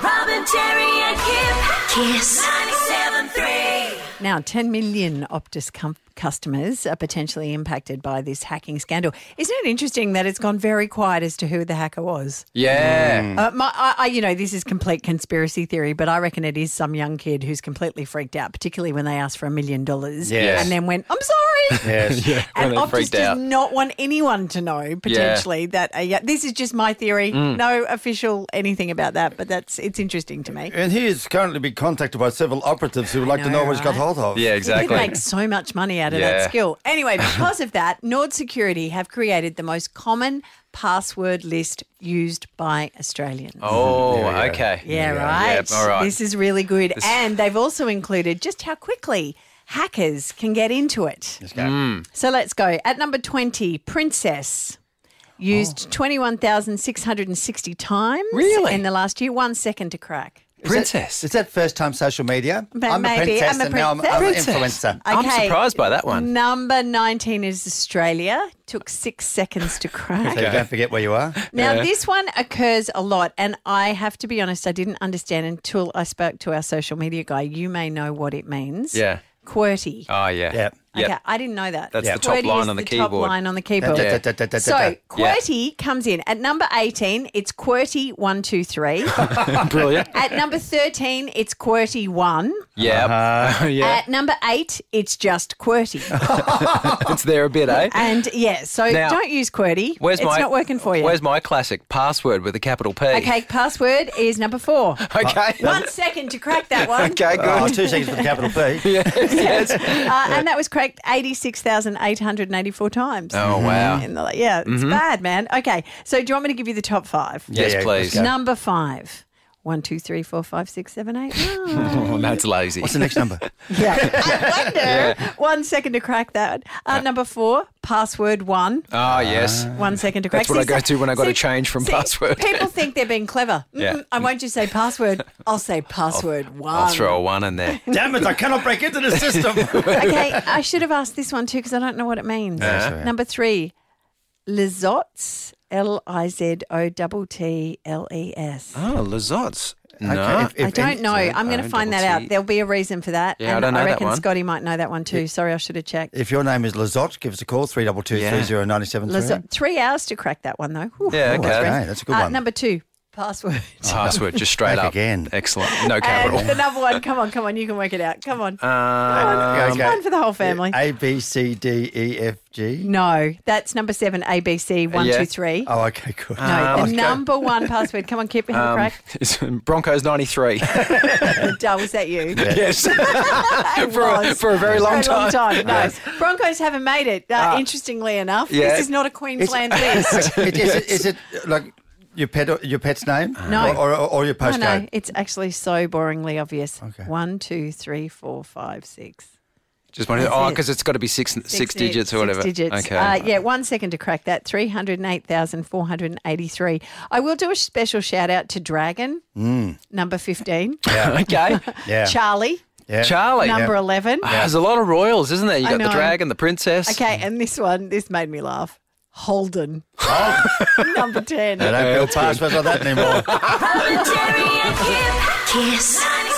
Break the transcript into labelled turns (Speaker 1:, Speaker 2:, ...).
Speaker 1: on Jerry and Kim. Kiss. 97.3.
Speaker 2: Now, 10 million Optus com- customers are potentially impacted by this hacking scandal. Isn't it interesting that it's gone very quiet as to who the hacker was?
Speaker 3: Yeah.
Speaker 2: Uh, my, I, I, you know, this is complete conspiracy theory, but I reckon it is some young kid who's completely freaked out, particularly when they asked for a million dollars
Speaker 3: Yes.
Speaker 2: and then went, I'm sorry.
Speaker 3: Yes. yeah.
Speaker 2: And
Speaker 3: Well, they
Speaker 2: Optus
Speaker 3: freaked
Speaker 2: does
Speaker 3: out.
Speaker 2: not want anyone to know potentially that a, yeah, this is just my theory.
Speaker 3: Mm.
Speaker 2: No official anything about that, but that's it's interesting to me.
Speaker 4: And he is currently being contacted by several operatives who would like to
Speaker 2: know,
Speaker 4: know what he's got
Speaker 2: right?
Speaker 4: hold of.
Speaker 3: yeah, exactly.
Speaker 2: You could make so much money out of that
Speaker 3: Yeah.
Speaker 2: skill. Anyway, because of that, Nord Security have created the most common password list used by Australians.
Speaker 3: oh, okay.
Speaker 2: Yeah, right.
Speaker 3: Yep, all right.
Speaker 2: This is really good. And they've also included just how quickly hackers can get into it.
Speaker 4: Mm.
Speaker 2: So let's go. At number 20, Princess. Used 21,660 times
Speaker 3: Really?
Speaker 2: in the last year, one second to crack.
Speaker 3: Princess.
Speaker 4: Is that first time social media?
Speaker 2: But
Speaker 4: I'm a
Speaker 2: maybe
Speaker 4: princess
Speaker 2: I'm a
Speaker 4: and now I'm, I'm an
Speaker 2: princess.
Speaker 4: influencer.
Speaker 3: I'm surprised by that one.
Speaker 2: Number 19 is Australia. Took six seconds to crack.
Speaker 4: So you don't forget where you are.
Speaker 2: Now, this one occurs a lot. And I have to be honest, I didn't understand until I spoke to our social media guy. You may know what it means.
Speaker 3: Yeah.
Speaker 2: Qwerty.
Speaker 3: oh, yeah.
Speaker 4: Yeah.
Speaker 3: Yep.
Speaker 2: Okay, I didn't know that.
Speaker 3: That's
Speaker 2: Yeah.
Speaker 3: the top
Speaker 2: QWERTY
Speaker 3: line
Speaker 2: is
Speaker 3: on the
Speaker 2: Top
Speaker 3: keyboard.
Speaker 2: line on the
Speaker 4: Da,
Speaker 2: keyboard.
Speaker 4: da, da, da, da, da.
Speaker 2: So QWERTY comes in at number 18. It's QWERTY one two three.
Speaker 3: Brilliant.
Speaker 2: at number 13, it's QWERTY one.
Speaker 3: Yeah. yeah.
Speaker 2: At number eight, it's just QWERTY. Uh,
Speaker 3: it's there a bit, eh?
Speaker 2: and yeah, so
Speaker 3: Now,
Speaker 2: don't use QWERTY.
Speaker 3: Where's
Speaker 2: uh, it's
Speaker 3: my,
Speaker 2: not working for you.
Speaker 3: Where's my classic password with a capital P?
Speaker 2: okay, password is number four.
Speaker 3: Okay.
Speaker 2: One second to crack that one.
Speaker 3: okay, good.
Speaker 4: Oh, two seconds for the capital P.
Speaker 2: Uh, and that was cracked 86,884 times.
Speaker 3: Oh, wow. Mm-hmm.
Speaker 2: In the- yeah, it's bad, man. Okay, so do you want me to give you the top five?
Speaker 3: Yes,
Speaker 4: Yeah, yeah,
Speaker 3: please.
Speaker 4: let's
Speaker 2: Number five. One, two, three, four, five, six, seven, eight, nine.
Speaker 3: Oh, that's lazy.
Speaker 4: What's the next number?
Speaker 2: yeah. I wonder. One second to crack that. Uh, number four, password one.
Speaker 3: oh, yes.
Speaker 2: One second to crack.
Speaker 3: That's what I
Speaker 2: See,
Speaker 3: go
Speaker 2: so-
Speaker 3: to when I got
Speaker 2: see-
Speaker 3: a change from
Speaker 2: see,
Speaker 3: password.
Speaker 2: People think they're being clever. Mm,
Speaker 3: Yeah.
Speaker 2: mm, I won't just say password. I'll say password one.
Speaker 3: I'll throw a one in there.
Speaker 4: Damn it, I cannot break into the system.
Speaker 2: okay, I should have asked this one too because I don't know what it means. Number three, Lizottes, L I Z O T T L E S.
Speaker 3: Oh, Lazottes. No.
Speaker 4: if- if-
Speaker 2: I don't know. I'm going to
Speaker 3: O
Speaker 2: find that
Speaker 3: double T.
Speaker 2: out. There'll be a reason for that.
Speaker 3: Yeah, I
Speaker 2: and
Speaker 3: don't know that
Speaker 2: reckon
Speaker 3: one.
Speaker 2: Scotty might know that one too. Sorry, I should have checked.
Speaker 4: If your name is Lazotte, give us a call, 322
Speaker 2: Lizotte. Three hours to crack that one though. Whew.
Speaker 3: Yeah, okay.
Speaker 4: That's, a good
Speaker 2: Uh,
Speaker 4: one.
Speaker 2: number two, password.
Speaker 3: Password, just straight
Speaker 4: Back
Speaker 3: up.
Speaker 4: again.
Speaker 3: Excellent. No
Speaker 2: and
Speaker 3: capital.
Speaker 2: the number one. Come on, come on. You can work it out. Come on.
Speaker 3: Uh,
Speaker 2: Come on.
Speaker 4: okay,
Speaker 2: It's
Speaker 4: okay.
Speaker 2: one for the whole family.
Speaker 4: A, B, C, D, E, F, G.
Speaker 2: no, that's number seven, ABC, One, two, three.
Speaker 3: Uh, Yeah.
Speaker 4: Oh, okay, good.
Speaker 2: No, the number one password. Come on, keep it um, crack.
Speaker 3: it's Broncos 93.
Speaker 2: Duh, was that you?
Speaker 3: yes.
Speaker 2: It
Speaker 3: for, a,
Speaker 2: was.
Speaker 3: for a very long
Speaker 2: Very long
Speaker 3: time.
Speaker 2: time. No, Broncos haven't made it. Uh, interestingly enough,
Speaker 3: yeah.
Speaker 2: this is not a Queensland list.
Speaker 4: It- is, it, is it like your pet, your pet's name?
Speaker 2: No.
Speaker 4: Or, or, or your
Speaker 2: Oh
Speaker 4: postcode?
Speaker 2: no, it's actually so boringly obvious.
Speaker 4: Okay.
Speaker 2: One, two, three, four, five, six.
Speaker 3: Just wondering. Oh,
Speaker 2: it.
Speaker 3: because it's got to be six, six,
Speaker 2: Six di-
Speaker 3: digits or
Speaker 2: six
Speaker 3: whatever.
Speaker 2: digits.
Speaker 3: Okay.
Speaker 2: Uh, yeah, one second to crack that. 308,483. I will do a special shout out to Dragon, number 15.
Speaker 3: okay.
Speaker 4: Mm. Yeah.
Speaker 2: Charlie,
Speaker 4: yeah.
Speaker 3: Charlie.
Speaker 2: number 11.
Speaker 3: Ah, There's a lot of royals, isn't there? You
Speaker 2: I
Speaker 3: got the
Speaker 2: know.
Speaker 3: dragon, the princess.
Speaker 2: Okay, and this one, this made me laugh. Holden,
Speaker 4: Oh.
Speaker 2: number 10.
Speaker 4: I don't build passwords like that anymore.
Speaker 1: Jerry and Kim. Kiss.